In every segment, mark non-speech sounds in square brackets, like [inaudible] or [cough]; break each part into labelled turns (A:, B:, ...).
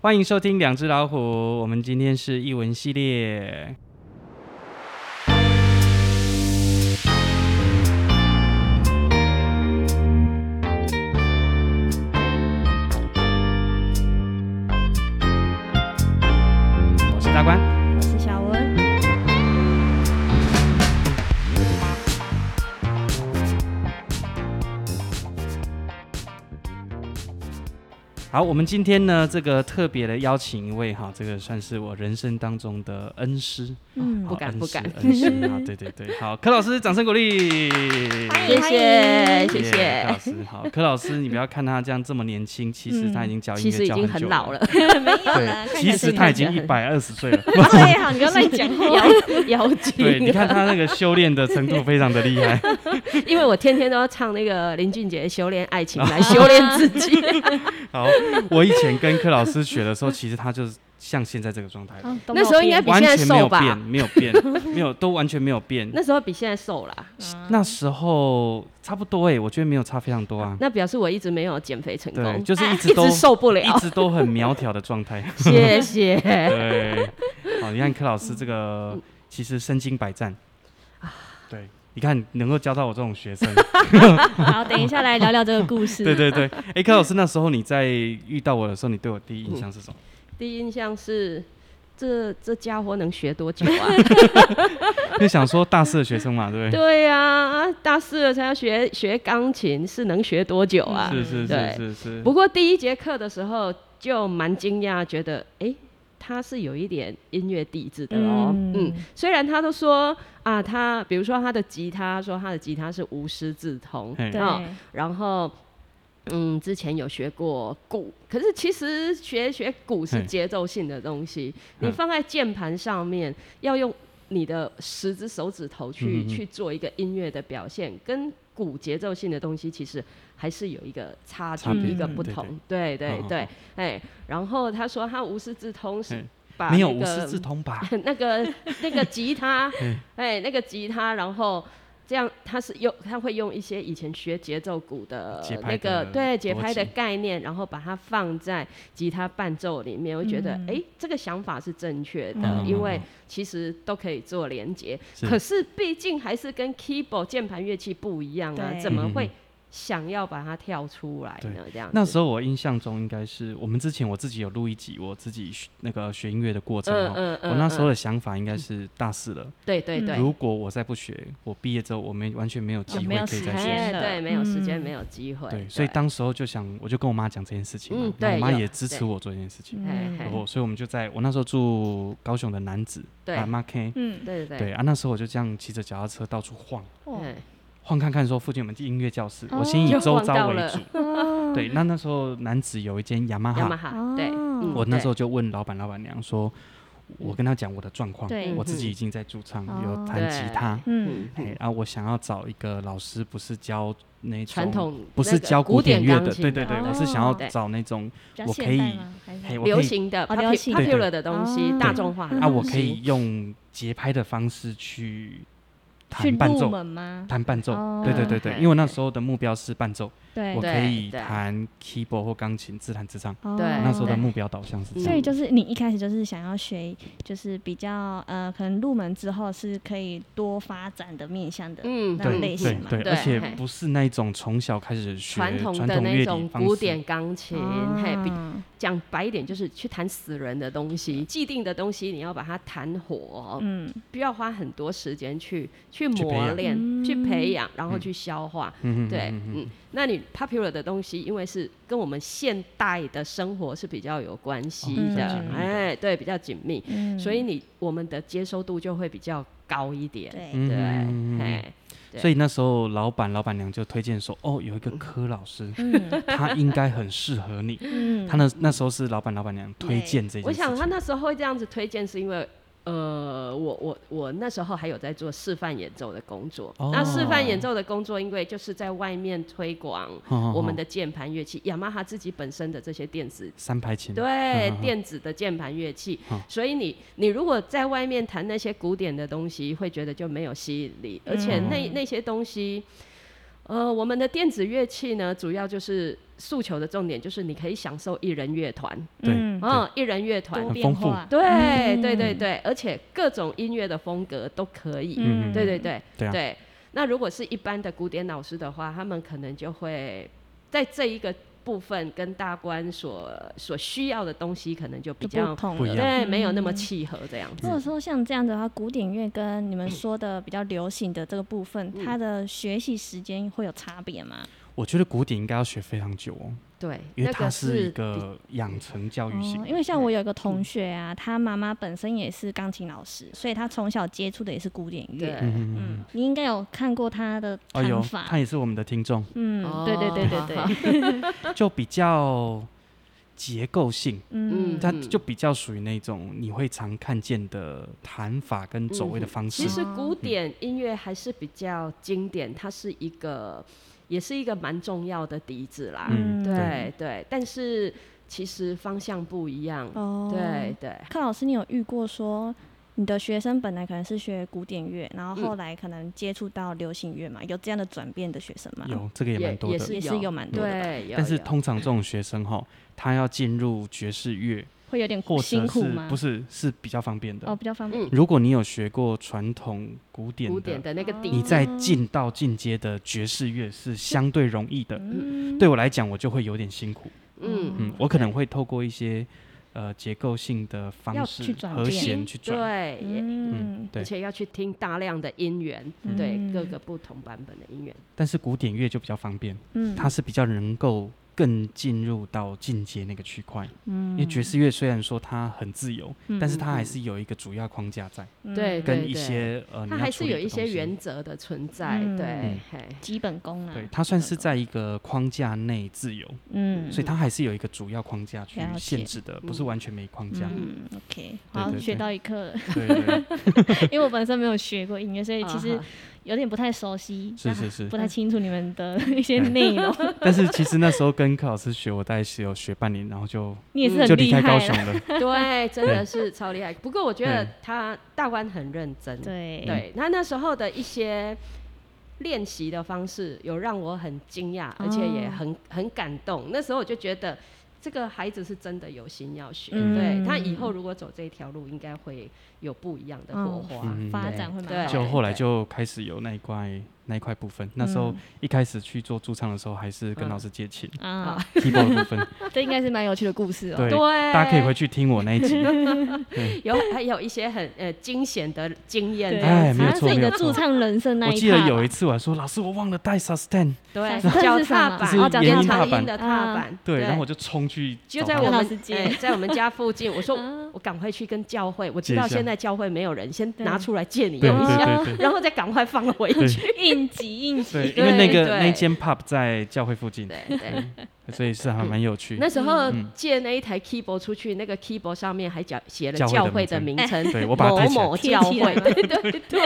A: 欢迎收听《两只老虎》，我们今天是译文系列。我是大官，
B: 我是小 [laughs] 文。
A: 好，我们今天呢，这个特别的邀请一位哈，这个算是我人生当中的恩师，
B: 嗯
A: 好
C: 不敢
A: 恩
C: 不
A: 师
C: 敢
A: 恩师啊，对对对，好，柯老师掌声鼓励，
C: 谢
B: 嗨
C: 谢谢
A: 耶柯老
C: 谢，
A: 师好，柯老师，你不要看他这样这么年轻，其实他已经教音
C: 嗯其
A: 乐
C: 实已
A: 教
C: 经
A: 很
C: 很
A: 久
C: 老了，，
B: 没
C: [laughs]
B: 有啦，
A: 对，其实他已经一百二十岁了，
B: [laughs] 对呀，你不要乱讲 [laughs]
C: [laughs]
B: 话。
C: 妖妖精。
A: 对，你看他那个修炼的程度非常的厉害，
C: [laughs] 因为我天天都要唱那个林俊杰《修炼爱情》来 [laughs] 修炼自己。
A: [laughs] 好，我以前跟柯老师学的时候，其实他就是像现在这个状态了。
C: 哦
B: 哦
C: 那时候应该比
A: 完
C: 现在
A: 全没有
C: 瘦吧
A: 变，没有变，没有都完全没有变。
C: 那时候比现在瘦啦，
A: 那时候差不多哎、我觉得没有差非常多啊。
C: 那表示我一直没有减肥成
A: 对，
C: 功，哎
A: 就是一直
C: 一
A: 都
C: 直受不
A: 一
C: 了。
A: 直都很苗条的状态。
C: [laughs] 谢谢。
A: 对，好，你
C: 嗯
A: 看柯老师这个其实身经百战，
C: 啊
A: 对，你看能够教到我这种
C: [laughs]
A: 学生，
B: 好，等一下来聊聊这个故 [laughs] 事。
A: 对对对。哎、柯老师那时候你在遇到我的时候，你对我第一印象是
C: [laughs]
A: 什么？
C: 第一印象是。这这家伙能学多久
A: [laughs]
C: 啊？
A: 就想说大四的学生嘛，对不对？
C: 对呀、啊，大四了才要学学钢琴，是能学多久啊？
A: 是是
C: 对
A: 是是是，
C: 不过第一节课的时候就蛮惊讶，觉得诶，他是有一点音乐底子的哦。嗯虽然他都说啊，他比如说他的吉他，说他的吉他是无师自通，
A: 嘿
B: 对
C: 哦然后。嗯，之前有学过鼓，可是其实学学鼓是
A: 嘿
C: 节奏性的东西，你
A: 嗯
C: 放在键盘上面，要用你的十只手指头去、
A: 嗯哼哼
C: 去做一个音乐的表现，跟鼓节奏性的东西其实还是有一个差距，
A: 差
B: 别
C: 一个
B: 嗯
C: 不
A: 对
C: 同。对
A: 好
C: 对
A: 好
C: 对
A: 好，
C: 哎，然后他说他无师自通是
A: 嘿
C: 把
A: 没有
C: 啊那
A: 无师
C: 个
A: 自通
C: [laughs]
A: 吧？
C: 那个那个吉他
A: [laughs] 嗯，
C: 哎，那个吉他，然后这样他是用他会用一些以前学节奏鼓的
A: 节拍
C: 那
A: 的
C: 个对
A: 逻
C: 节拍的
A: 辑
C: 概念，然后把它放在吉他伴奏里面，我觉得哎、这个想法是正确的，
A: 嗯
C: 因为其实都可以做连接，
A: 是
C: 可是毕竟还是跟 keyboard 键盘乐器不一样啊，
B: 对
C: 怎
A: 嗯
C: 么
A: 嗯
C: 会
A: 嗯
C: 想要把它跳出来呢？这样
A: 那
C: 候。
A: 时候我印象中应该是我们之前我自己有录一集我自己学那个学音乐的过程
C: 嗯
A: 哦。
C: 嗯嗯，
A: 我那时候
C: 嗯
A: 的想法应该是大四了，
C: 对对对，
A: 如果我再不学，我毕业之后我没完全没有机
B: 就
A: 会
B: 没有
A: 可以
B: 时
A: 再
B: 间
A: 学。
C: 哎
B: 了
C: 对，没有时间，
B: 嗯
C: 没有机会，
A: 对，所以当时候就想，我就跟我妈讲这件事情嘛
C: 嗯，
A: 然后我
C: 对
A: 妈
C: 有
A: 也支持
C: 对嗯
A: 我做这件
B: 嗯
A: 事情。
C: 嘿嘿
A: 然后，所以我们就在我那时候住高雄的南子，
C: 对
A: 啊，妈 K，
B: 嗯，
C: 对对
A: 对啊，那时候我就这样骑着脚踏车到处晃，
C: 对，
A: 晃看看说附近有没有音乐教室，
B: 哦
A: 我先以
C: 就
A: 周
C: 晃
A: 遭
C: 到
A: 为
C: 了嗯
A: 主。
B: 嗯哎
A: 对，那那时候南子有一间雅马
C: 雅
A: 啊哈
C: 马，哈，对，
B: 哦
C: 嗯
A: 我那时，候
C: 对嗯
A: 就问老板、老板娘说，我跟他讲我的状况，
B: 对
A: 我自己已经在驻唱，
C: 哦
B: 嗯
A: 有弹吉他，
B: 嗯
C: 嗯，
A: 哎，然后我想要找一个老师，不是教那种
C: 传，统
A: 不
C: 那
A: 是
C: 个
A: 教
C: 古
A: 典乐
C: 钢
A: 的，
C: 琴
A: 对对对，
B: 哦
A: 我是想要
C: 对
A: 找那种
B: 比较
A: 我可
B: 现
A: 以
B: 代吗？还是
A: 嘿，我
C: 流
A: 可以
C: 行的
B: 哦流
C: popu-
B: 行
A: 对对
C: popular 的东西
B: 哦，
C: 大众化的
A: 啊，
C: 东
A: 我可
C: 西
A: 以用节拍的方式去
B: 去
A: 弹伴
B: 入
A: 奏，
B: 门吗？
A: 弹伴奏，
B: 哦
A: 对对对对，
C: 对
A: 因为我那时候的目标是伴奏，
B: 对
A: 我
C: 对
A: 可以
C: 对
A: 弹 keyboard 或钢琴自弹自唱，
B: 哦
C: 对
A: 那时候的
C: 对
A: 目标导向是这
B: 所
A: 样
B: 以。就是你一开始就是想要学，就是比较呃，可能入门之后是可以多发展的面向的。
C: 嗯
B: 那种
A: 对
B: 类型嘛
A: 对对，
C: 对
A: 而且
C: 嘿
A: 不是那种从小开始学
C: 传统
A: 传
C: 的
A: 统
C: 那
A: 乐理
C: 种
A: 方
C: 古
A: 式
C: 典钢琴，嘿，比
B: 嗯
C: 讲白一点就是去弹死人的东西，既定的东西你要把它弹活，
B: 嗯，
C: 不要花很多时间去去
A: 去培
C: 磨
A: 养
C: 练、去培养，然后
A: 嗯
C: 去消化。
A: 嗯
C: 对，嗯，那你 popular 的东西，因为是跟我们现代的生活是比较有关系
B: 哦比较
C: 的
B: 紧，
A: 密的
C: 哎，对，比较紧密，
B: 嗯
C: 所以你我们的接收度就会比较高一点，
B: 对
A: 嗯
C: 对，
A: 嗯嗯嗯
C: 哎，对
A: 所以那时候老板老板娘就推荐说，哦，有一个柯老师，
B: 嗯
A: 他应该很适合你。
B: 嗯
A: 他那那时候是老板老板娘推荐这件事情。
C: 我想他那时候会这样子推荐，是因为。呃，我我我那时候还有在做示范演奏的工作，
A: 哦
C: 那示范演奏的工作，因为就是在外面推广
A: 哦
C: 我们的键盘乐器，雅马哈自己本身的这些电子
A: 三排琴，
C: 对
A: 嗯，
C: 电子的键盘乐器
A: 嗯，
C: 所以你你如果在外面弹
A: 嗯
C: 那些古典的东西，会觉得就没有吸引力，而且那那些东西。呃，我们的电子乐器呢，主要就是诉求的重点就是你可以享受一人乐团，
A: 对
B: 嗯
C: 嗯，一人乐团
B: 多
A: 很
B: 变
A: 丰富
B: 化，
C: 对
B: 嗯
C: 对对对，而且各种音乐的风格都可以。
A: 嗯
C: 对对对
A: 对啊
C: 对。那如果是一般的古典老师的话，他们可能就会在这一个部分跟大观所所需要的东西，可能就比
B: 就不
C: 较
B: 同
A: 不一
B: 了
A: 样
C: 对没有那么
B: 嗯
C: 契合这样子。
B: 或者说像这样的话，古典乐跟你们说的比较流行的这个部分，
A: 嗯
B: 它的学习时间会有差别吗？
A: 我觉得古典应该要学非常久哦，
C: 对，
A: 因为
C: 那
A: 它
C: 个
A: 是一
C: 比哦
A: 个养成教育型的。
B: 哦因为像我有一个
A: 嗯
B: 同学啊，他妈妈本身也是钢琴老师，所以他从小接触的也是古典
C: 对
B: 乐。
A: 嗯嗯嗯，
B: 嗯，你应该有看过他的
A: 哦有
B: 弹，法。
A: 他也是我们的听众，
B: 嗯，
C: 哦
B: 对对对对
C: 好好
B: 对，
C: 啊
A: 就比较结构性，
B: 嗯
C: 嗯
A: 它就比较属于那种你会常看见的弹法跟走位的方式
C: 嗯其。实古典音乐还是比较经典，它是一个，也是一个蛮重要的笛子啦。
A: 嗯
C: 对对，但是其实方向不一样。
B: 哦，
C: 对。对，
B: 柯老师，你有遇过说你的学生本来可能是学古典乐，然
A: 嗯
B: 后后来可能接触到流行乐嘛？有这样的转变的学生吗？，
A: 有这个也
C: 也
A: 蛮多
C: 也
A: 的，
B: 也是
C: 有
B: 有蛮多的吧，
C: 对，有
A: 但是
C: 有
A: 通常这种学生哈，他要进入爵士乐
B: 会有点
A: 或
B: 辛
A: 者
B: 苦
A: 是
B: 吗？
A: 不是是比较方便
B: 哦，
A: 的。
B: 比较方便。
C: 嗯
A: 如果你有学过传统古典
C: 古典
A: 的，
C: 的那个笛
A: 你
C: 子，
A: 再进到进阶的爵士乐是相对容易的。
B: 嗯，
A: 对我来讲，我就会有点辛苦。
C: 嗯，
A: 嗯，我可能会透过一些呃结构性的
B: 要
A: 方式
B: 去转
A: 和
B: 变
A: 弦去转。
C: 对，也
B: 嗯，
C: 而
A: 对，
C: 且要去听大量的音源，对
B: 嗯
C: 各个不同版本的音源，
A: 但是古典乐就比较方便，
B: 嗯，
A: 它是比较能够更进入到进阶那个区块。因为
B: 嗯，
A: 爵士乐虽然说它很自由，
B: 嗯
A: 但是它
C: 嗯
A: 还
C: 嗯
A: 是有一个主要框架在，
B: 嗯
C: 对
A: 跟一些呃，
C: 它
A: 你要
C: 还
A: 处
C: 是
A: 理
C: 有
A: 的
C: 一些
A: 东西
C: 原则的存在，
B: 嗯
C: 对
A: 嗯，
C: 嘿，
B: 基本功啊，
A: 对，它算是在一个框架内自由，
B: 嗯，
A: 所以它还是有一个主要框架去
B: 了解
A: 限制的，不是
C: 嗯
A: 完全没框架。
B: 嗯，OK，
A: 对
B: 好，
A: 对
B: 学
A: 对
B: 到一课了，
A: 对对对，
B: 因为我本身没有学过音乐，所以其实
C: 啊
B: 有点不太熟悉，
A: 是是是
B: [laughs] 不。太清楚你们的 [laughs] 一些内容。
A: 但是其实那时候跟柯老师学，我大概是有学半年，然后就
B: 你也是
A: 嗯就
B: 很
A: 离
B: 厉
A: 开高
B: 害啊
A: 雄
B: 了，
A: 了。
C: 对，真的是超厉害。不过我觉得
A: 嗯
C: 他大官很认真，
B: 对
C: 对，那那时候的一些练习的方式，有让我很惊讶，而且
B: 哦
C: 也很很感动。那时候我就觉得。这个孩子是真的有心要学，
B: 嗯
C: 对他以后如果走这一条路，应该会有不一样的火
B: 嗯
C: 花。
A: 嗯
B: 发展会蛮好
C: 对
A: 就
B: 的。
A: 后来就开始有那一块那一块部分。那时候
B: 嗯
A: 一开始去做驻唱的时候，还是跟老师借琴、
B: 啊， [laughs]
A: keyboard 的部分。
B: 这应该是蛮有趣的故事哦。
A: 对，
C: 对，
A: 大家可以回去听我那一集。
C: [laughs] 有还有一些很呃惊险的经验，
A: 啊哎没有
B: 好像
A: 错
B: 是你
A: 没
B: 的
A: 有
B: 驻
A: 错
B: 唱人生那
A: 我
B: 一
A: 记得
B: 趴
A: 有
B: 吧
A: 一次我还说老师，我忘了带 sustain，
C: 对
B: 这是，
C: 脚
B: 什么
C: 踏
A: 这是
C: 板，
A: 延
C: 脚
A: 音
C: 踏
A: 踏板
B: 嗯
C: 的踏板，
A: 对，然后我就冲去
C: 就
A: 找
C: 在
A: 他
C: 我
B: 跟老
C: 们
B: 师借
C: 哎在我们家附近，我说
B: 嗯
C: 我赶快去跟教会，我知道
A: 借一下
C: 现在教会没有人，先
B: 对
C: 拿出来借你
A: 对
C: 用一下，
A: 对对对
C: [laughs] 然后再赶快放回
A: 对
C: 去。
B: 应急应急，
A: 对，因为那
C: 对
A: 个
C: 对
A: 那间 pub 在教会附近，
C: 对对，
A: 所以是还蛮有趣。
C: 那时候
A: 嗯
C: 借那一台 keyboard 出去，那个 keyboard 上面还讲写了
A: 教会的
C: 教会的名称，
A: 对我把它
C: 某
A: 贴起来
C: 某
B: [laughs]
C: 教
B: 贴起来吗
C: 会，对对对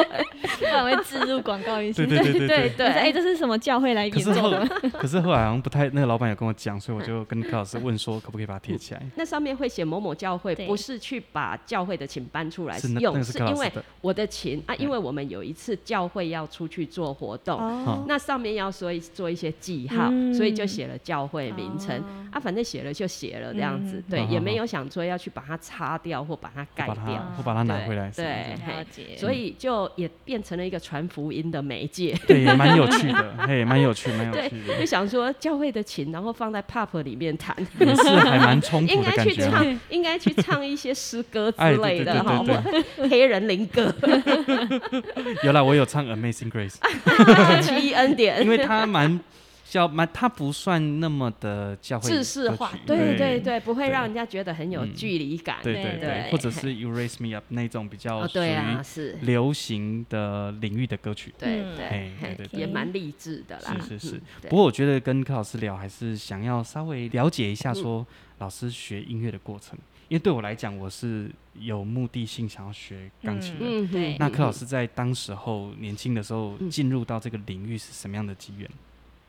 B: [laughs] 不然会植入广
A: [laughs]
B: 告一些。
A: 对对对对
C: 对
A: 对。
B: 我说哎，这
C: 对。
B: 是什么教会来
A: 可
B: 演
A: 是
B: 奏
A: 后
B: 的吗？
C: [laughs]
A: 可是后来好像不太，那个老板有跟我讲，所以我就
C: 嗯
A: 跟柯老师问说，可不可以把它贴起来？
C: [laughs] [laughs] 那上面会写某某教会，
B: 对
C: 不是去把教会的琴搬出来
A: 是那那
C: 用，
A: 个是
C: 是
A: 柯老
C: 因
A: 师
C: 为
A: 的，
C: 我的琴啊，因为我们有一次教会要出去做活动，
B: 哦，
C: 那上面要说一做一些记号，
B: 嗯
C: 所以就写了教会名称、
B: 哦
C: 啊，反正写了就写了这样子，
B: 嗯
C: 对，
A: 好好
C: 也没有想说要去把它擦掉或把它
A: 我
C: 盖
A: 把
C: 掉。
A: 它我把它拿回来。
C: 对对
B: 啊了解。
A: 嗯
C: 所以就也变成了一个传福音的媒介，
A: 对，也蛮有趣的，
C: [laughs]
A: 嘿，蛮有趣，蛮有
C: 对
A: 趣，
C: 就
A: 的，
C: 想说教会的琴，然后放在 pop 里面弹，
A: 也是还蛮冲突
C: 应
A: 的
C: 该
A: 感
C: 去
A: 觉啊。
C: 唱，应该去唱一些诗歌之
A: 哎，
C: 类
A: 对对
C: 的
A: 对
C: 哈，
A: 对
C: 或黑人灵
B: [laughs]
C: 歌、
A: 对，有啦，我有唱《Amazing
C: [laughs]
A: Grace》，
C: 奇异恩典，
A: 因为它蛮教蛮，它不算那么的教会
C: 制式化
A: 歌曲，
C: 对
A: 对
C: 对对，不会
A: 对嗯
C: 让人家觉得很有距离感，
A: 对
B: 对
A: 对
C: 对
A: 对，或者是《You Raise Me Up》那种比较
C: 哦，
A: 属
C: 对啊，
A: 于
C: 是，
A: 流行的领域的歌曲。
C: 对
B: 嗯
C: 对
A: 嘿
C: 嘿
A: 对对
B: 对
C: 也蛮励志的啦。
A: 是是是
C: 嗯，对
A: 不过我觉得跟柯老师聊，还是想要稍微了解一下，
C: 嗯
A: 说老师学音乐的过程，因为对我来讲，我是有目的性想要学钢琴的。
C: 嗯，
B: 对
C: 对。
A: 那柯老师在当时候年轻的时候
C: 嗯
A: 进入到这个领域是什么样的机缘？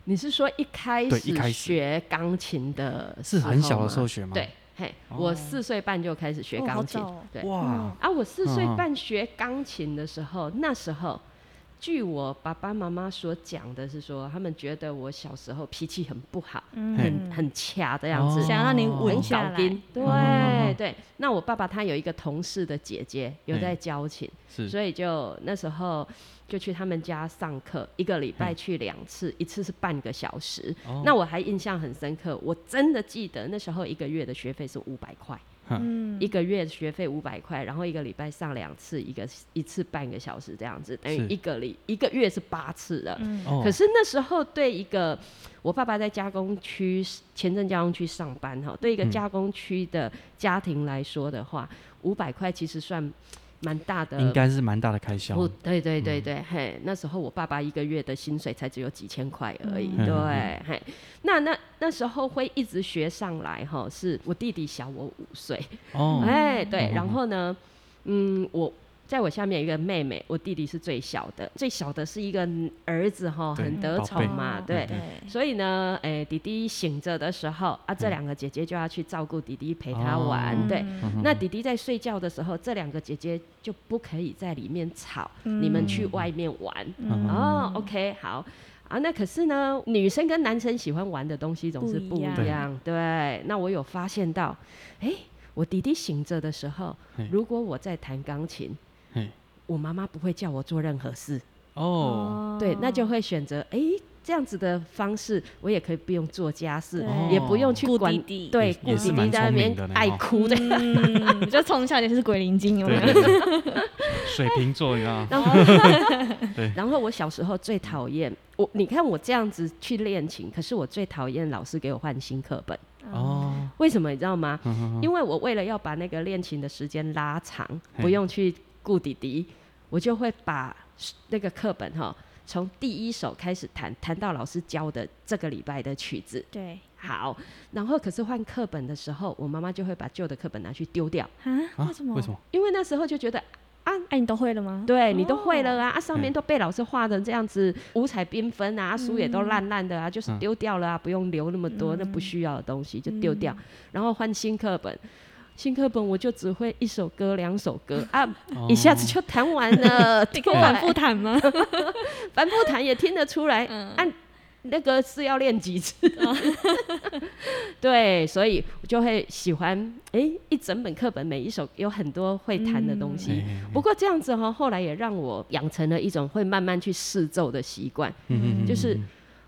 C: 你是说一开
A: 对一开
C: 始
A: 始
C: 学钢琴的
A: 是很小的时候
C: 吗？
A: 学吗？
C: 对，，嘿，
A: 哦
C: 我四岁半就开始学
B: 哦好
C: 钢琴
B: 早哦，
C: 对。
A: 哇，
C: 嗯啊，我四岁半学钢琴的时候，那时候据我爸爸妈妈所讲的是说，他们觉得我小时候脾气很不好，
B: 嗯，
C: 很掐这样子，
A: 哦
B: 想让你稳
C: 很
B: 下
C: 搞
B: 来，
C: 定。对、
A: 哦
C: 对，那我爸爸他有一个同事的姐姐有在教琴，
A: 是
C: 所以就那时候就去他们家上课，一个礼拜去两次，一次是半个小时。
A: 嗯哦
C: 那我还印象很深刻，我真的记得那时候一个月的学费是五百块，
B: 嗯
C: 一个月学费五百块，然后一个礼拜上两次，一个一次半个小时这样子，等于
A: 是
C: 一个礼一个月是八次的。
B: 嗯
A: 哦
C: 可是那时候对一个我爸爸在加工区前镇加工区上班哈，对一个
A: 嗯
C: 加工区的家庭来说的话，五百块其实算蛮大的。
A: 应该是蛮大的开销，
C: 呃不，对对
A: 嗯
C: 对对，嘿，那时候我爸爸一个月的薪水才只有几千块而已，
A: 嗯
C: 对
A: 嗯，
C: 嘿，那那那时候会一直学上来哈，是我弟弟小我五岁，
A: 哦，
C: 哎，对
A: 嗯，
C: 然后呢，嗯，我在我下面有一个妹妹，我弟弟是最小的，最小的是一个儿子哈，
A: 对
C: 很得
A: 宝
C: 宠
A: 贝嗯
C: 嘛，
B: 哦
C: 对。
B: 对，
C: 所以呢，哎、弟弟醒着的时候啊，
A: 嗯
C: 这两个姐姐就要去照顾弟弟，陪他玩。
A: 哦
C: 对，
B: 嗯
A: 嗯
C: 那弟弟在睡觉的时候，这两个姐姐就不可以在里面吵，你
B: 嗯
C: 们去外面玩。
A: 嗯
C: 哦，OK，好啊。那可是呢，女生跟男生喜欢玩的东西总是不
B: 不一
C: 一
B: 样
C: 样。对，那我有发现到，哎、我弟弟醒着的时候
A: 嘿，
C: 如果我在弹钢琴
A: 嘿，
C: 我妈妈不会叫我做任何事。
A: 哦，
C: 对，那就会选择哎、诶这样子的方式，我也可以不用做家事，
B: 对
C: 也不用去
B: 顾
C: 管
B: 弟弟
C: 对，
A: 也
C: 顾
A: 哦也
C: 弟
A: 是
C: 弟
A: 蛮
C: 在那
A: 聪
C: 边
A: 明的呢
C: 爱
A: 哦
C: 哭的。
B: 嗯，就从小就是鬼灵精，有没
A: 对
B: 有？
A: 对对，
C: [laughs]
A: 水瓶座你知道吗？
C: 然后
A: 对，
C: 然后我小时候最讨厌我，你看我这样子去练琴，可是我最讨厌老师给我换新课本，
A: 哦，
C: 为什么你知道吗？
A: 哼哼哼
C: 因为我为了要把那个练琴的时间拉长，
A: 嘿
C: 不用去顾弟弟，我就会把那个课本哈，从第一首开始弹，弹到老师教的这个礼拜的曲子。
B: 对
C: 好，然后可是换课本的时候，我妈妈就会把旧的课本拿去丢掉，
B: 啊，
A: 啊
B: 为什么？
A: 为什么？
C: 因为那时候就觉得，
B: 哎，你都会了吗？
C: 对你都会了啊，啊上面
A: 嗯
C: 都被老师画成这样子五彩缤纷啊，书也都烂烂的啊，就是
A: 嗯
C: 丢掉了啊，不用留那么多那不需要的东西就丢掉，然后换新课本。新课本我就只会一首歌、两首歌啊，
A: 哦
C: 一下子就弹完
B: [laughs]
C: 了。
B: 你可以反复
A: [laughs]
B: 弹吗？
C: 反复弹也听得出来，按、那个是要练几次？ [laughs] 对，所以我就会喜欢，哎、一整本课本每一首有很多会弹的东西。
A: 哦嘿嘿
B: 嗯
A: 嘿
C: 不过这样子哈、后来也让我养成了一种会慢慢去试奏的习惯。
A: 嗯嗯嗯
C: 就是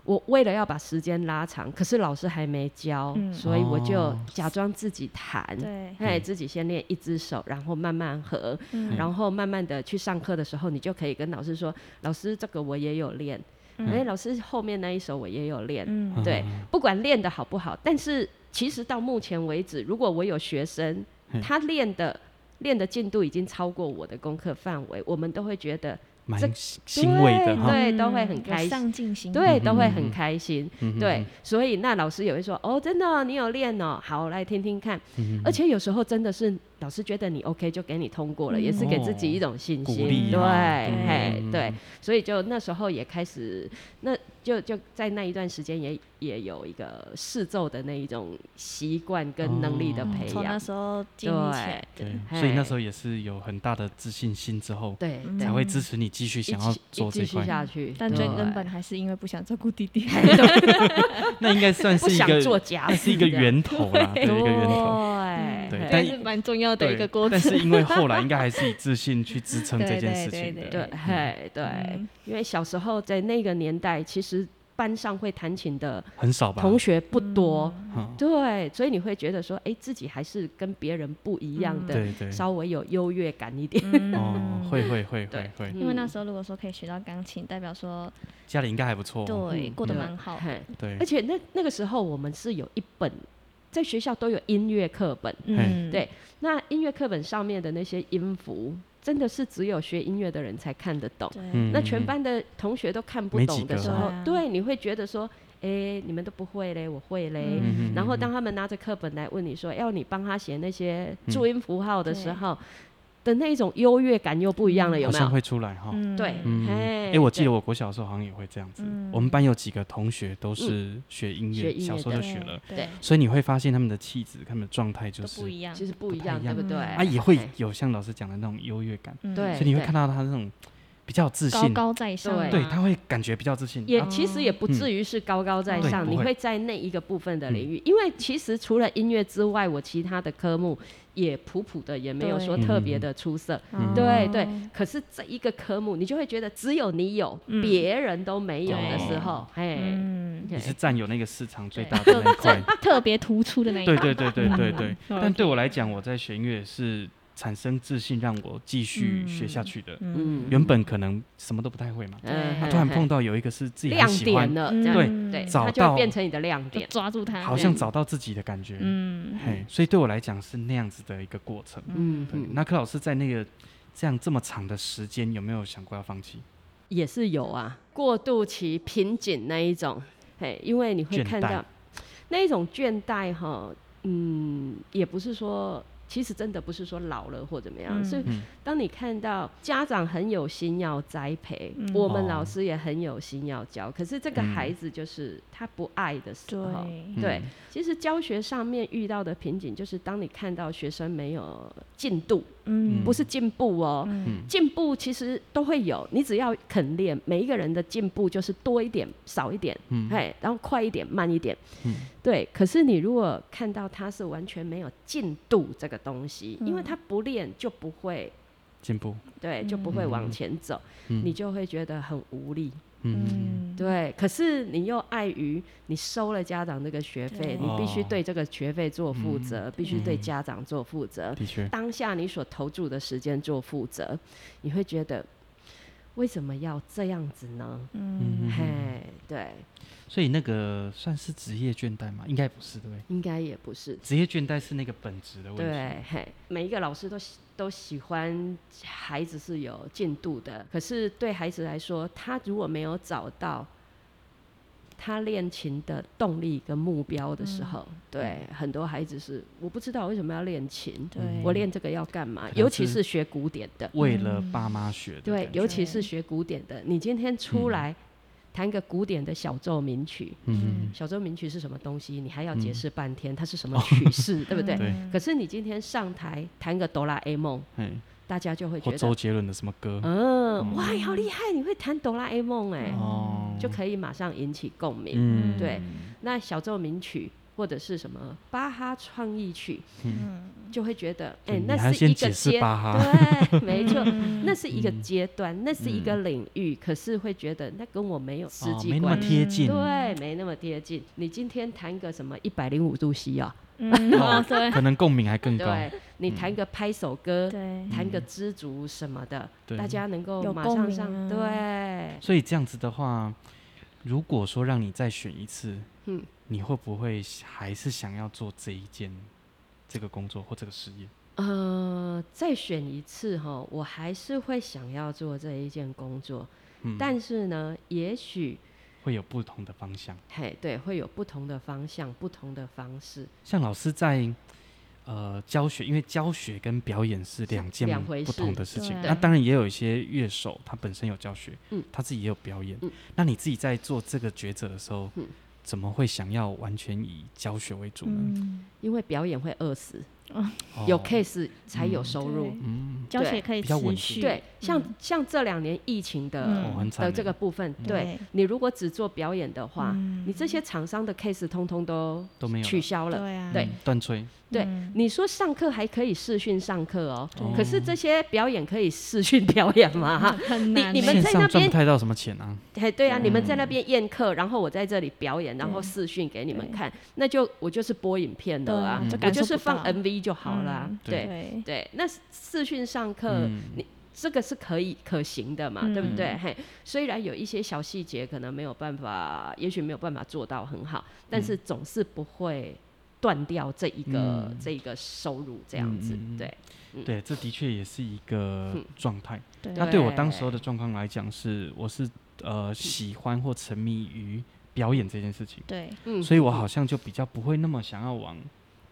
C: 我为了要把时间拉长，可是老师还没教，
B: 嗯哦
C: 所以我就
A: 哦
C: 假装自己弹。
B: 对，
C: 哎，自己先练一只手，然后慢慢合，
B: 嗯
C: 然后慢慢的去上课的时候，你就可以跟老师说：“老师，这个我也有练。
B: 嗯
C: 哎，老师后面那一首我也有练。
B: 嗯
A: 嗯
C: 对，不管练的好不好，但是其实到目前为止，如果我有学生
A: 嘿，
C: 他练的练的进度已经超过我的功课范围，我们都会觉得
A: 蛮
C: 这
A: 欣欣慰的
C: 对
A: 哈，
C: 都会很
B: 有
C: 开心
B: 上进心，
C: 对，都会
A: 嗯嗯
C: 很
A: 嗯
C: 开心。
A: 嗯哼
C: 对，，所以那老师也会说：“哦，真的哦、你有练哦，好，来听听看。
A: 嗯
C: 而且有时候真的是老师觉得你 OK 就给你通过了，
B: 嗯
C: 也是给自己一种信
A: 鼓
C: 心。
A: 励
C: 对，
A: 啊
B: 对
C: 嘿，
A: 嗯
C: 对，所以就那时候也开始，那就就在那一段时间也也有一个试奏的那一种习惯跟能力的
A: 哦
C: 培
B: 嗯从那
C: 养。
B: 时候经历起来的，
A: 对，
C: 嘿
A: 所以那时候也是有很大的自信心之后，
C: 对，
B: 嗯
C: 对
A: 才会支持你继续
C: 一
A: 想要
C: 起一
A: 做
C: 继
A: 这
C: 续
A: 块，
C: 下去。
B: 但
C: 对
B: 最根本还是因为不想照顾
A: [laughs]
B: 弟弟，
A: 那应该算
C: 不
A: 是一
C: [laughs] 想做
A: 个，
C: 假
A: 那是一个
C: 事这样
A: 源头
C: [laughs]
A: 啦，对，一个源头。
C: 对
A: 对
C: 嘿
A: 但
B: 嗯还是蛮重要的
A: 对
B: 一个过
A: 但
B: 程。
A: 是因为后来应该还是以自信去支撑
B: 对
A: 这件
B: 对
A: 事
B: 对
A: 情
B: 对
A: 的，
C: [laughs] 对，
B: 嗯
C: 嘿，对
B: 嗯，
C: 因为小时候在那个年代，其实班上会弹琴的
A: 很少吧？
C: 同学不多，
A: 嗯
C: 对，所以你会觉得说，哎，自己还是跟别人不一样的，
A: 对对，
C: 稍微有优越感一点。
A: [laughs]
C: 嗯
A: 哦，会会会
C: 对
A: 会
C: [laughs]
A: 会，
B: 嗯因为那时候如果说可以学到钢琴，代表说
A: 家里应该还不错，
B: 对
C: 嗯
B: 过得
A: 哦对
B: 蛮好的，
C: 嘿
A: 对
C: 而，且那那个时候我们是有一本，在学校都有音乐课本，
B: 嗯，
C: 对那音乐课本上面的那些音符，真的是只有学音乐的人才看得懂。
B: 对，
A: 嗯
C: 那全班的同学都看不
A: 没几
C: 懂的
A: 个
C: 时候
B: 啊，
C: 对，你会觉得说，哎，你们都不会嘞，我会嘞。
A: 嗯嗯
C: 然后
A: 嗯嗯
C: 当他们拿着课本来问你说要你帮他写那些注音符号的时候，的那种优越感又不一样了，有
A: 好
C: 没
A: 像
C: 有？
A: 会出来哈。
B: 嗯
C: 对，
A: 嗯，
C: 哎
A: 哎，我记得我国小的时候好像也会这样子。
B: 嗯
A: 我们班有几个同学都是学音
C: 学
A: 乐，
C: 音乐
A: 小时候就
B: 对
A: 学了，
B: 对
C: 对
A: 所以你会发现他们的气质、他们的状态就
B: 都不
A: 是
B: 一样，
C: 其实不一
A: 不太
C: 样，
A: 一
C: 对
A: 样哎
C: 不对？
B: 啊
A: 啊，也会
C: 哎
A: 有像老师讲的那种优越感，
B: 嗯
C: 对
A: 所以你会看到他那种比较有自
B: 高
A: 信，
B: 高啊在上嘛，
C: 对
A: 对，他会感觉比较自信。
C: 也
B: 哦
A: 啊
C: 其实也不至于是高高在上，
A: 嗯对
C: 你
A: 不
C: 会
A: 会嗯
C: 在那一个部分的领域，因为其实除了音乐之外，我其他的科目也普普的，也没有说
A: 对
C: 特别的出色。
B: 哦
C: 对对，可是这一个科目，你就会觉得只有你有，
B: 嗯
C: 别人都没有的时候，哎，
B: 嗯，
A: 你是
C: 嘿
A: 占有那个市场最
B: 对
A: 大的那一块，
B: 特别突出的那一
A: 对
B: 种
A: 对对对对对
B: 嗯。
A: 但对我来讲，我在学音乐是产生自信，让我继续学下去的。
C: 嗯
A: 原本可能什么都不太会嘛，
B: 啊
A: 突然碰
C: 到
A: 到有一个是自己很
C: 亮
A: 喜
C: 点
A: 欢，
C: 了，
B: 嗯
C: 呃这样
B: 对
C: 对，
A: 找
C: 它就会
A: 到
C: 变成你的亮
B: 就
C: 点。
B: 抓住他，
A: 好像找到自己的感觉。
B: 嗯，
A: 嘿，所以对我来讲是那样子的一个过程。
C: 嗯
A: 对，
C: 嗯，
A: 那柯老师在那个这样这么长的时间，有没有想过要放弃？
C: 也是有啊，过渡期瓶颈那一种，嘿，因为你会
A: 倦
C: 看
A: 怠
C: 到那一种倦怠哈，嗯，也不是说，其实真的不是说老了或怎么样，
B: 嗯
C: 是
A: 嗯
C: 当你看到家长很有心要栽培，
B: 嗯
C: 我们
A: 哦
C: 老师也很有心要教，可是这个
A: 嗯
C: 孩子就是他不爱的时
B: 对
C: 候，
A: 嗯
C: 对，其实教学上面遇到的瓶颈就是，当你看到学生没有进度，
B: 嗯
C: 不是进步哦，
A: 嗯
C: 进步其实都会有，你只要肯练，每一个人的进步就是多一点、少一点，
A: 嗯
C: 哎，然后快一点、慢一点，
A: 嗯
C: 对。可是你如果看到他是完全没有进度这个东西，因为
B: 嗯
C: 他不练就不会，
A: 进步。
C: 对，就不会往前走，
A: 嗯
C: 你就会觉得很无力，
A: 嗯
B: 嗯，
C: 对。可是你又碍于你收了家长这个学
B: 对，
C: 费你必须
A: 哦
C: 对这个学费做负
A: 嗯
C: 责，必须对
A: 嗯
C: 家长做负责，
A: 的确，
C: 当下你所投注的时间做负责，你会觉得为什么要这样子呢？
B: 嗯
A: 嗯
C: 嘿，对，
A: 所以那个算是职业倦怠吗？应该不是，对不对？
C: 应该也不是。
A: 职业倦怠是那个本质的问题。
C: 对，嘿，每一个老师都喜都喜欢孩子是有进度的，可是对孩子来说，他如果没有找到他练琴的动力跟目标的时
A: 嗯
C: 候，对很多孩子是我不知道为什么要练琴，
B: 对，
C: 我练这个要干嘛？
A: 能
C: 尤其
A: 嗯是
C: 是学古典的，
A: 为了爸妈学的
C: 嗯对
A: 感，觉。
C: 尤其是学古典的，你今天出来弹个古典的小奏鸣曲，
A: 嗯
C: 小奏鸣曲是什么东西？你还要
A: 嗯哦
C: 解释半天，它是什么曲
A: [laughs]
C: 式，对不对？
A: 对
B: 嗯
C: 可是你今天上台弹个哆啦 A 梦，
A: 嗯嘿，
C: 大家就会
A: 或
C: 觉
A: 周
C: 得，
A: 杰伦的什么歌？
C: 嗯，哇，好厉害，你会弹哆啦 A 梦哎，
A: 哦，
C: 就可以马上引起共鸣。
A: 嗯，
C: 对，那小奏鸣曲或者是什么巴哈创意曲，
B: 嗯
C: 就会觉得，
A: 对
C: 哎
A: 你，还
C: 那
A: 要
C: 是
A: 先
C: 一个
A: 解释
C: 阶，
A: 巴哈
C: 对，没错，
B: 嗯
C: 那是一个
A: 嗯
C: 阶段，那是一个领域，可是会觉得那跟我没有实
A: 哦，
C: 际
A: 没那么
C: 关系。
A: 贴近。
C: 对，没那么贴近。你今天弹个什么一百零五度 C 啊？ [laughs]
B: 嗯，哦对
A: 可能共鸣还更高。
C: 对，你
A: 嗯
C: 弹个拍手歌，
B: 对，
C: 弹个知足什么的，
A: 对
C: 大家能够
B: 有
C: 马
B: 共
C: 上
B: 鸣
C: 上。
B: 啊
C: 对，
A: 所以这样子的话，如果说让你再选一次，
C: 嗯
A: 你会不会还是想要做这一件这个工作或这个事业？
C: 呃，再选一次哈，我还是会想要做这一件工作，
A: 嗯，
C: 但是呢，也许
A: 会有不同的方向。
C: 嘿，对，会有不同的方向，不同的方式。
A: 像老师在呃教学，因为教学跟表演是两件
C: 两回
A: 不
C: 事
A: 同的事情。
B: 对
A: 那当然也有一些乐手，他本身有教学，
C: 嗯
A: 他自己也有表演。
C: 嗯
A: 那你自己在做这个抉择的时候，
C: 嗯
A: 怎么会想要完全以教学为主
B: 嗯
A: 呢？
C: 因为表演会饿死，
A: 哦
C: 有 case 才有收入。
B: 对
A: 嗯，
B: 教
C: 对
B: 学可以
A: 比较
B: 持
A: 稳
B: 续，
C: 对，像像这两年疫情的、
A: 哦，
B: 嗯
A: 很惨
C: 的
A: 欸。
C: 这个部分，对
B: 对
C: 你如果只做表演的话，
B: 嗯
C: 你这些厂商的 case 通通都
A: 都没有
C: 取
A: 了
C: 消了。
B: 对啊，
C: 对
A: 嗯断吹，
C: 对
B: 嗯
C: 你说上课还可以视讯上课哦，
A: 对
C: 可是这些表演可以视讯表演吗？ [laughs]
B: 很
C: 你
B: 难
C: 你
B: 欸
C: 们
A: 线
C: 在那
A: 上赚
C: 边
A: 不太到什么钱
C: [laughs]
A: 啊。
C: 哎，对啊，
B: 对
C: 你们在那边宴客，然后我在这里表演，然后
B: 对
C: 视讯给你们
B: 对
C: 看，那就我就是播影片的啊
B: 对啊
A: 就，
C: 我
B: 感受
C: 就是
B: 不
C: 放
B: 到
C: MV 就好啦
B: 嗯。
C: 对
B: 对，
C: 对，那视讯上课，
A: 嗯
C: 你这个是可以可行的嘛，
B: 嗯
C: 对不对？嘿，虽然有一些小细节可能没有办法，也许没有办法做到很好，但是总是不会断掉这一个、
A: 嗯
C: 这一个收入这样子，
A: 嗯嗯嗯
C: 对，
A: 对，这的确也是一个
C: 嗯
A: 状态。
B: 对
A: 那对我当时候的状况来讲，是我是呃喜欢或沉迷于表演这件事情，
B: 对，
C: 嗯，
A: 所以我好像就比较不会那么想要往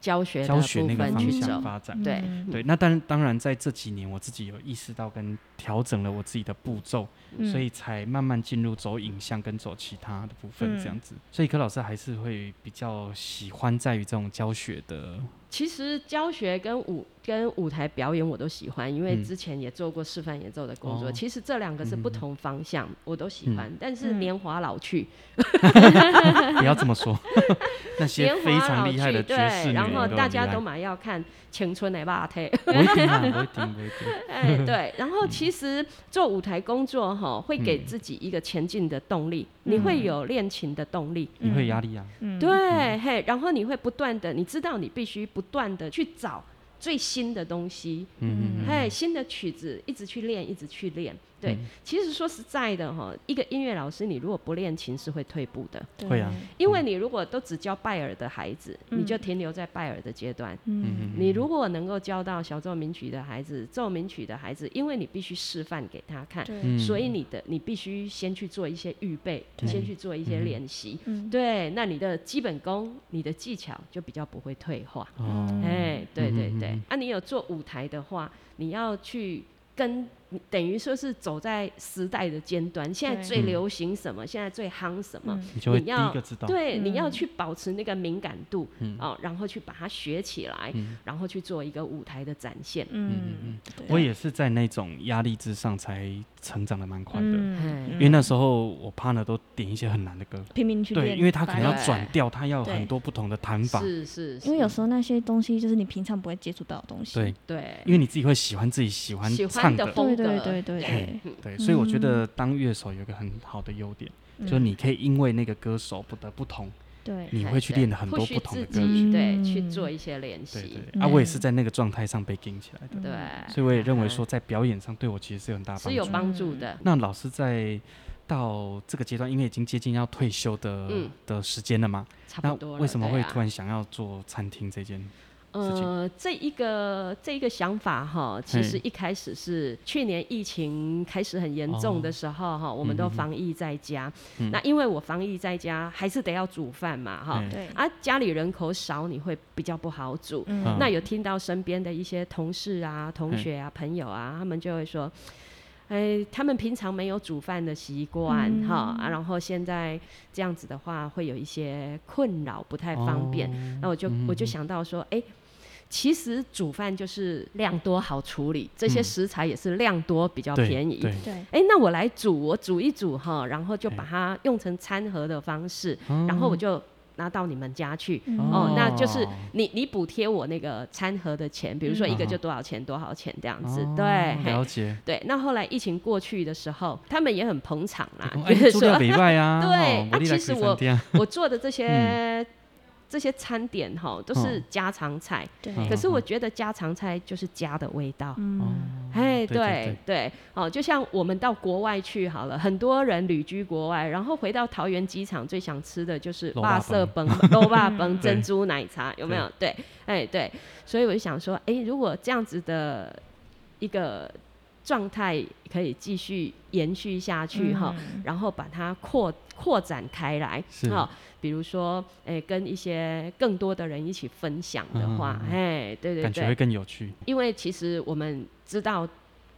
C: 教学的
A: 教学
C: 部
A: 那个
C: 分
A: 方
C: 去
A: 向
C: 走，
A: 发展。
C: 对
B: 嗯
A: 对，那当然当然在这几年我自己有意识到跟调整了我自己的步骤，
B: 嗯
A: 所以才慢慢进入走影像跟走其他
C: 嗯
A: 的部分这样子。所以柯老师还是会比较喜欢在于这种教学的
C: 其实教学跟舞跟舞台表演我都喜欢，因为
A: 嗯
C: 之前也做过示范演奏的工作。
A: 哦
C: 其实这两个是不
A: 嗯
C: 同方向，我都喜欢。但是
B: 嗯
C: 年华老去，
A: 不要这么说， [laughs] 那些
C: 年华
A: 非
C: 老
A: 常
C: 去，
A: 厉害的爵士
C: 对，
A: 女
C: 然后
A: 人
C: 大家都
A: 都很厉
C: 蛮要看青春的吧？对，
A: 害我一定
C: [laughs]
A: 啊，我一定，我一定。
C: 哎
B: [laughs]
C: 对。然后其实做舞台工作哈，会给
B: 嗯
C: 自己一个前进的动力，你会有练琴的动力。
A: 你会压力啊，
B: 嗯，
C: 对，嘿，然后你会不断的，你知道你必须不断的去找最新的东西，
A: 嗯，嗯
C: 嘿，新的曲子一直去练，一直去练。对，
B: 嗯
C: 其实说实在的哈，一个音乐老师你如果不练琴是会退步的，
B: 对
A: 会啊，
C: 因为你如果都只教拜耳的孩子，
B: 嗯
C: 你就停留在拜耳的阶段。
B: 嗯
A: 嗯
C: 你如果能够教到小奏鸣曲的孩子、奏鸣曲的孩子，因为你必须示范给他看，
B: 对，
A: 嗯，
C: 所以你的你必须先去做一些预备，
A: 对
C: 先去做一些
A: 嗯
C: 练习。
B: 嗯
C: 对，那你的基本功、你的技巧就比较不会退化。
A: 哦，
C: 哎、对对
A: 嗯
C: 对，
A: 嗯
C: 啊，你有做舞台的话，你要去跟，你等于说是走在时代的尖端，现在
B: 对
C: 最
A: 嗯
C: 流行什么，现在最夯什么，
B: 嗯
A: 你就会
C: 你
A: 第
C: 要
A: 一个知道，
C: 对，你要
B: 嗯
C: 去保持那个敏感度，
A: 嗯
C: 哦，然后去把它学起来，
A: 嗯
C: 然后去做一个舞台的展现。
B: 嗯，
A: 我也是在那种压力之上才成长的蛮快的，
B: 嗯，
A: 因为那时候我 partner 都点一些很难的歌，
B: 拼命去
A: 对，
B: 练，
A: 因为他可能要
C: 对
A: 转调，他要有
B: 对
A: 很多不同的弹法，
C: 是是是，
B: 因为有时候那些东西就是你平常不会接触到的东西，
A: 对，
C: 对
A: 因为你自己会喜欢自己喜欢
C: 喜欢
A: 唱
C: 的
A: 的，
B: 对对对对对，
A: 对，所以我觉
B: 嗯
A: 得当乐手有一个很好的优点，就是
C: 嗯
A: 你可以因为那个歌手不得不同，
B: 对，
A: 你
C: 哎
A: 会去
C: 对
A: 练很多
C: push
A: 不同的
C: 自
A: 歌曲，
C: 己，对，
B: 嗯
C: 去做一些练
A: 对
C: 习
A: 对，对。啊，我也是
B: 嗯
A: 在那个状态上被顶起来的，
C: 对，
A: 所以我也认为
C: 嗯
A: 说在表演上对我其实是有很大
C: 是
A: 帮
C: 有
A: 助。嗯
C: 帮助的。
A: 那老师在到这个阶段，因为已经接近要退休的
C: 嗯
A: 的时间了嘛，
C: 差
A: 那
C: 不多了
A: 为什么
C: 对
A: 会
C: 啊
A: 突然想要做餐厅这件？事情
C: 呃，这一个这一个想法哈，其实
A: 嘿
C: 一开始是去年疫情开始很严重的时候哈，我们都
A: 哦嗯嗯嗯
C: 防疫在家。
A: 嗯
C: 那因为我防疫在家，还是得要煮饭嘛哈。
A: 嗯
B: 对，
C: 啊，家里人口少，你会比较不好煮。
A: 嗯
C: 那有听到身边的一些同事啊、同学啊、朋友啊，他们就会说。哎，他们平常没有煮饭的习惯
B: 嗯
C: 哈、啊，然后现在这样子的话，会有一些困扰，不太方便。
A: 哦
C: 那我就、我就想到说，哎、其实煮饭就是量多好处理，这些
A: 嗯
C: 食材也是量多比较
A: 对
C: 便宜。
A: 对，
B: 对，
C: 哎、那我来煮，我煮一煮哈，然后就
A: 哎
C: 把它用成餐盒的方式，
A: 嗯
C: 然后我就拿到你们家去。
B: 嗯
A: 哦
C: 哦，那就是你你补贴我那个餐盒的钱，比如说一个就多少钱、多少钱这样子，
A: 嗯哦
C: 对
A: 了
C: 嘿
A: 解。
C: 对。那后来疫情过去的时候，他们也很捧场啦，
A: 哦哎， [laughs]
C: [laughs] 就是
A: 住掉
C: 啊说
A: 北外啊，
C: [laughs] 对
A: 哦
C: 啊
A: 我历来
C: 其实
A: 可以
C: 我
A: 三天啊
C: [laughs] 我做的这
A: 嗯
C: 些这些餐点哈，都
A: 哦
C: 是家常菜，
B: 对，
A: 嗯
C: 可是我觉得家常菜就是家的味道。
A: 哦
B: 嗯，
C: 哎，
A: 对对
C: 对，哦，就像我们到国外去好了，很多人旅居国外，然后回到桃园机场，最想吃的就是
A: 肉
C: 瓦
A: 霸
C: 色崩、肉霸崩、
A: [laughs] 对
C: 珍珠奶茶，有没有？对，哎对，所以我就想说，哎，如果这样子的一个状态可以继续延续下去
A: 嗯
C: 哈，
B: 嗯
C: 然后把它扩扩展开来，
A: 是
C: 哈、比如说，哎、跟一些更多的人一起分享的话，
A: 嗯嗯嗯
C: 哎、对对
A: 感觉会
C: 对，
A: 更有趣。
C: 因为其实我们知道。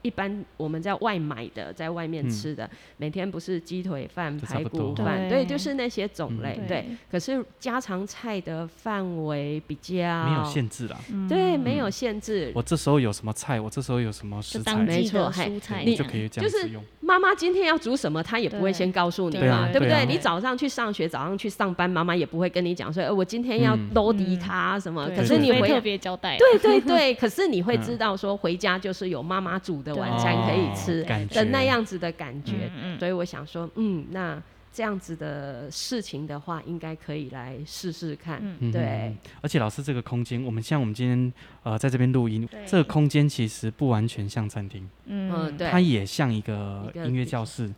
C: 一般我们在外买的，在外面
A: 嗯
C: 吃的，每天不是鸡腿饭、
A: 就
C: 排
A: 差不
C: 骨
A: 多
C: 饭，
B: 对
C: 对，就是那些种类，
B: 嗯
C: 对
B: 对。
C: 可是家常菜的范围比较
A: 没有限制啦，
C: 对，没有限制。
A: 我这时候有什么菜，我这时候有什么
B: 就
A: 食材
B: 当，
C: 没
B: 季
C: 错
B: 的
C: 嘿
B: 蔬菜
A: 对
B: 这
A: 我
B: 样，
A: 就可以这
C: 就
A: 样
C: 是
A: 子用。
C: 妈妈今天要煮什么，她也不会
B: 对
C: 先告诉你
B: 对
C: 嘛，
B: 啊
C: 对不
A: 对啊
C: 对？你早上去上学，早上去上班，妈妈也不会跟你讲说，呃我今天要
A: 嗯
C: 搂迪卡什么。
B: 对
C: 可
A: 对
C: 是你
A: 对
B: 不会
C: 回来
B: 特别交代，
C: 对对对，可是你会
A: 嗯
C: 知道说回家就是有妈妈煮的
B: 对
C: 晚餐可以
A: 哦
C: 吃
A: 感
C: 的
A: 觉
C: 那样子的感觉，
B: 嗯，
C: 所以我想说，嗯，那这样子的事情的话，应该可以来试试看。
B: 嗯
A: 嗯
C: 对，
A: 而且老师这个空间，我们像我们今天呃在这边录音
B: 对，
A: 这个空间其实不完全像餐厅，
B: 嗯，
C: 对
A: 它也像一
C: 一
A: 个
C: 个
A: 音乐教室，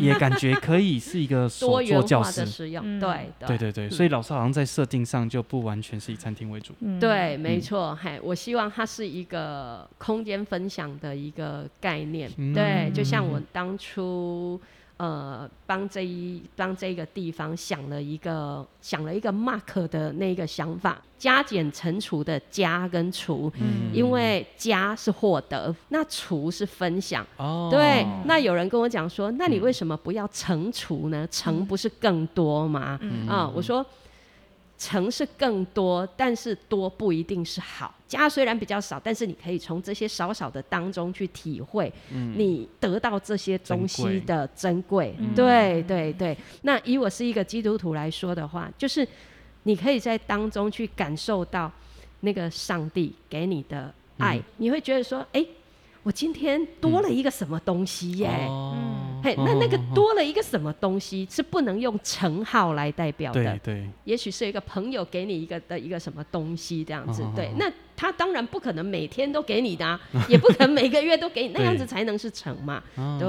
A: 也感觉可以是一
C: [laughs]
A: 个
C: 多
A: 手
C: 元
A: 作教
C: 化的
A: 室。
C: 使用，
B: 嗯
C: 对
A: 对对对，所以老师好像在设定上就不完全是以餐厅为主。
B: 嗯，
C: 对，没错，嘿，我希望它是一个空间分享的一个概念，
A: 嗯
C: 对，就像我当初呃帮这一帮这个地方想了一个想了一个 mark 的那个想法，加减乘除的加跟除，
B: 嗯
C: 因为加是获得，那除是分享。
A: 哦，
C: 对，那有人跟我讲说，那你嗯哦为什么不要乘除呢？乘不是更多吗？啊、我说成是更多，但是多不一定是好。加虽然比较少，但是你可以从这些少少的当中去体会，你得到这些东西的嗯珍贵。对对对。那以我是一个基督徒来说的话，就是你可以在当中去感受到那个上帝给你的爱，你会觉得说，哎、我今天多了一个什么东西耶、
A: 哦
C: 嘿，那那个多了一个什么东西是不能用乘号来代表的
A: 对，对，
C: 也许是一个朋友给你一个的一个什么东西这样子，
A: 哦
C: 对
A: 哦哦，
C: 那他当然不可能每天都给你的、啊， [laughs] 也不可能每个月都给你，那样子才能是成嘛。
A: 哦
C: 对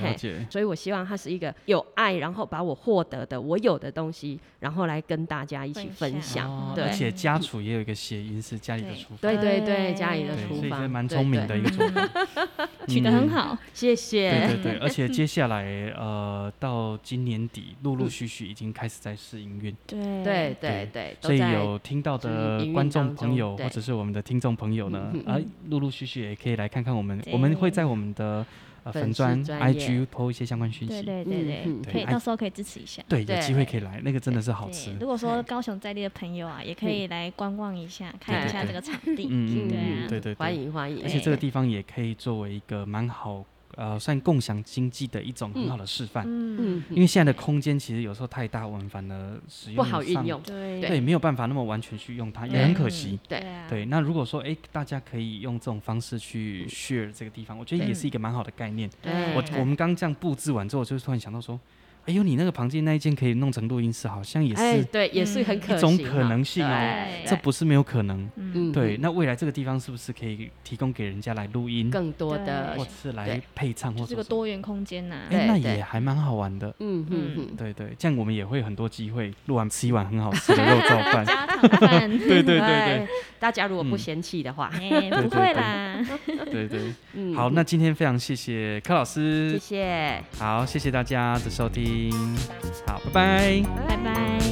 C: 嘿
A: 了解。
C: 所以我希望它是一个有爱，然后把我获得的我有的东西，然后来跟大家一起
B: 分
C: 分
B: 享
C: 享。
A: 哦
C: 对
A: 而且家厨也有一个谐音是家里的
B: 对
A: 厨房，
C: 对对对，
B: 对
C: 家里的
A: 对，
C: 厨
A: 所以这
C: 房
A: 蛮
C: 对
A: 聪明的
C: 对
A: 一个做法，
B: [laughs] 取得很
A: 嗯
B: 好，
C: 谢谢。
A: 对对对，而且接下来呃，到今年底，陆
C: 嗯
A: 陆续续已经开始在试营运，
B: 对
C: 对
A: 对
C: 对对，
A: 所以
C: 都在
A: 有听到
C: 注
A: 的
C: 意营
A: 观
C: 运
A: 众
C: 当
A: 朋
C: 中
A: 友或
C: 对嗯
A: 者是我们的听众朋友呢，啊，陆陆续续也可以来看看我们，我们会在我们的呃
C: 粉
A: 粉
C: 丝
A: 专
C: 专
A: IG 抛一些相关讯
B: 对
A: 息，
B: 对对对
C: 嗯嗯
B: 可以
A: 对
B: 到时候可以支持一下。
A: 对，有机会
C: 对
A: 可以来，那个真的是好
B: 对
A: 吃，嗯
B: 如果说
C: 对
B: 高雄在地的朋友啊，也可以来观望一下，看一下这个场地。
A: 嗯嗯
B: 对
A: 嗯，
B: 啊
A: 对对
C: 欢
A: 对，
C: 迎欢迎
A: 而。且这个地方也可以作为一个蛮好呃，算共享经济的一种很好的示范，
B: 嗯，
C: 嗯，
A: 因为现在的空间其实有时候太大，我们反而使用
C: 不好运
A: 上
C: 用。
B: 嗯对
A: 对，没有办法那么完全去用它，也
C: 对
A: 很可惜。
C: 嗯对
B: 啊，
A: 对，那如果说哎、诶大家可以用这种方式去 share 这个地方，我觉得
C: 对
A: 也是一个蛮好的概念。
C: 嗯对
A: 我我们刚这样布置完之后，我就突然想到说，哎呦，你那个旁边那一间可以弄成录音室，好像也
C: 哎，
A: 是，
C: 对，也是很可
A: 一种
C: 行
A: 可
C: 啊
A: 能性哦
C: 对
A: 这不是没有可能。
C: 嗯
A: 对，那未来这个地方是不是可以提供给人家来录音，
C: 更多的
B: 对
A: 或者是来配唱，或
B: 就是
A: 者
B: 个
A: 什么
B: 多元空间呐。
A: 哎，那
C: 对对
A: 也还蛮好玩的。
C: 嗯嗯嗯，
A: 对对，这样我们也会有很多机会录完吃一碗很好吃的肉燥
C: [laughs]
A: 饭。
B: [laughs] 家常饭，
A: 对对对对。
C: 哎， [laughs] 大家如果不
A: 嗯
C: 嫌弃的话，
B: 哎，不会啦，
A: 对对，
C: 嗯，
A: 好，那今天非常谢谢柯老
C: 谢
A: 师，
C: 谢，
A: 好，谢谢大家的收听，好，拜拜。
B: 拜拜。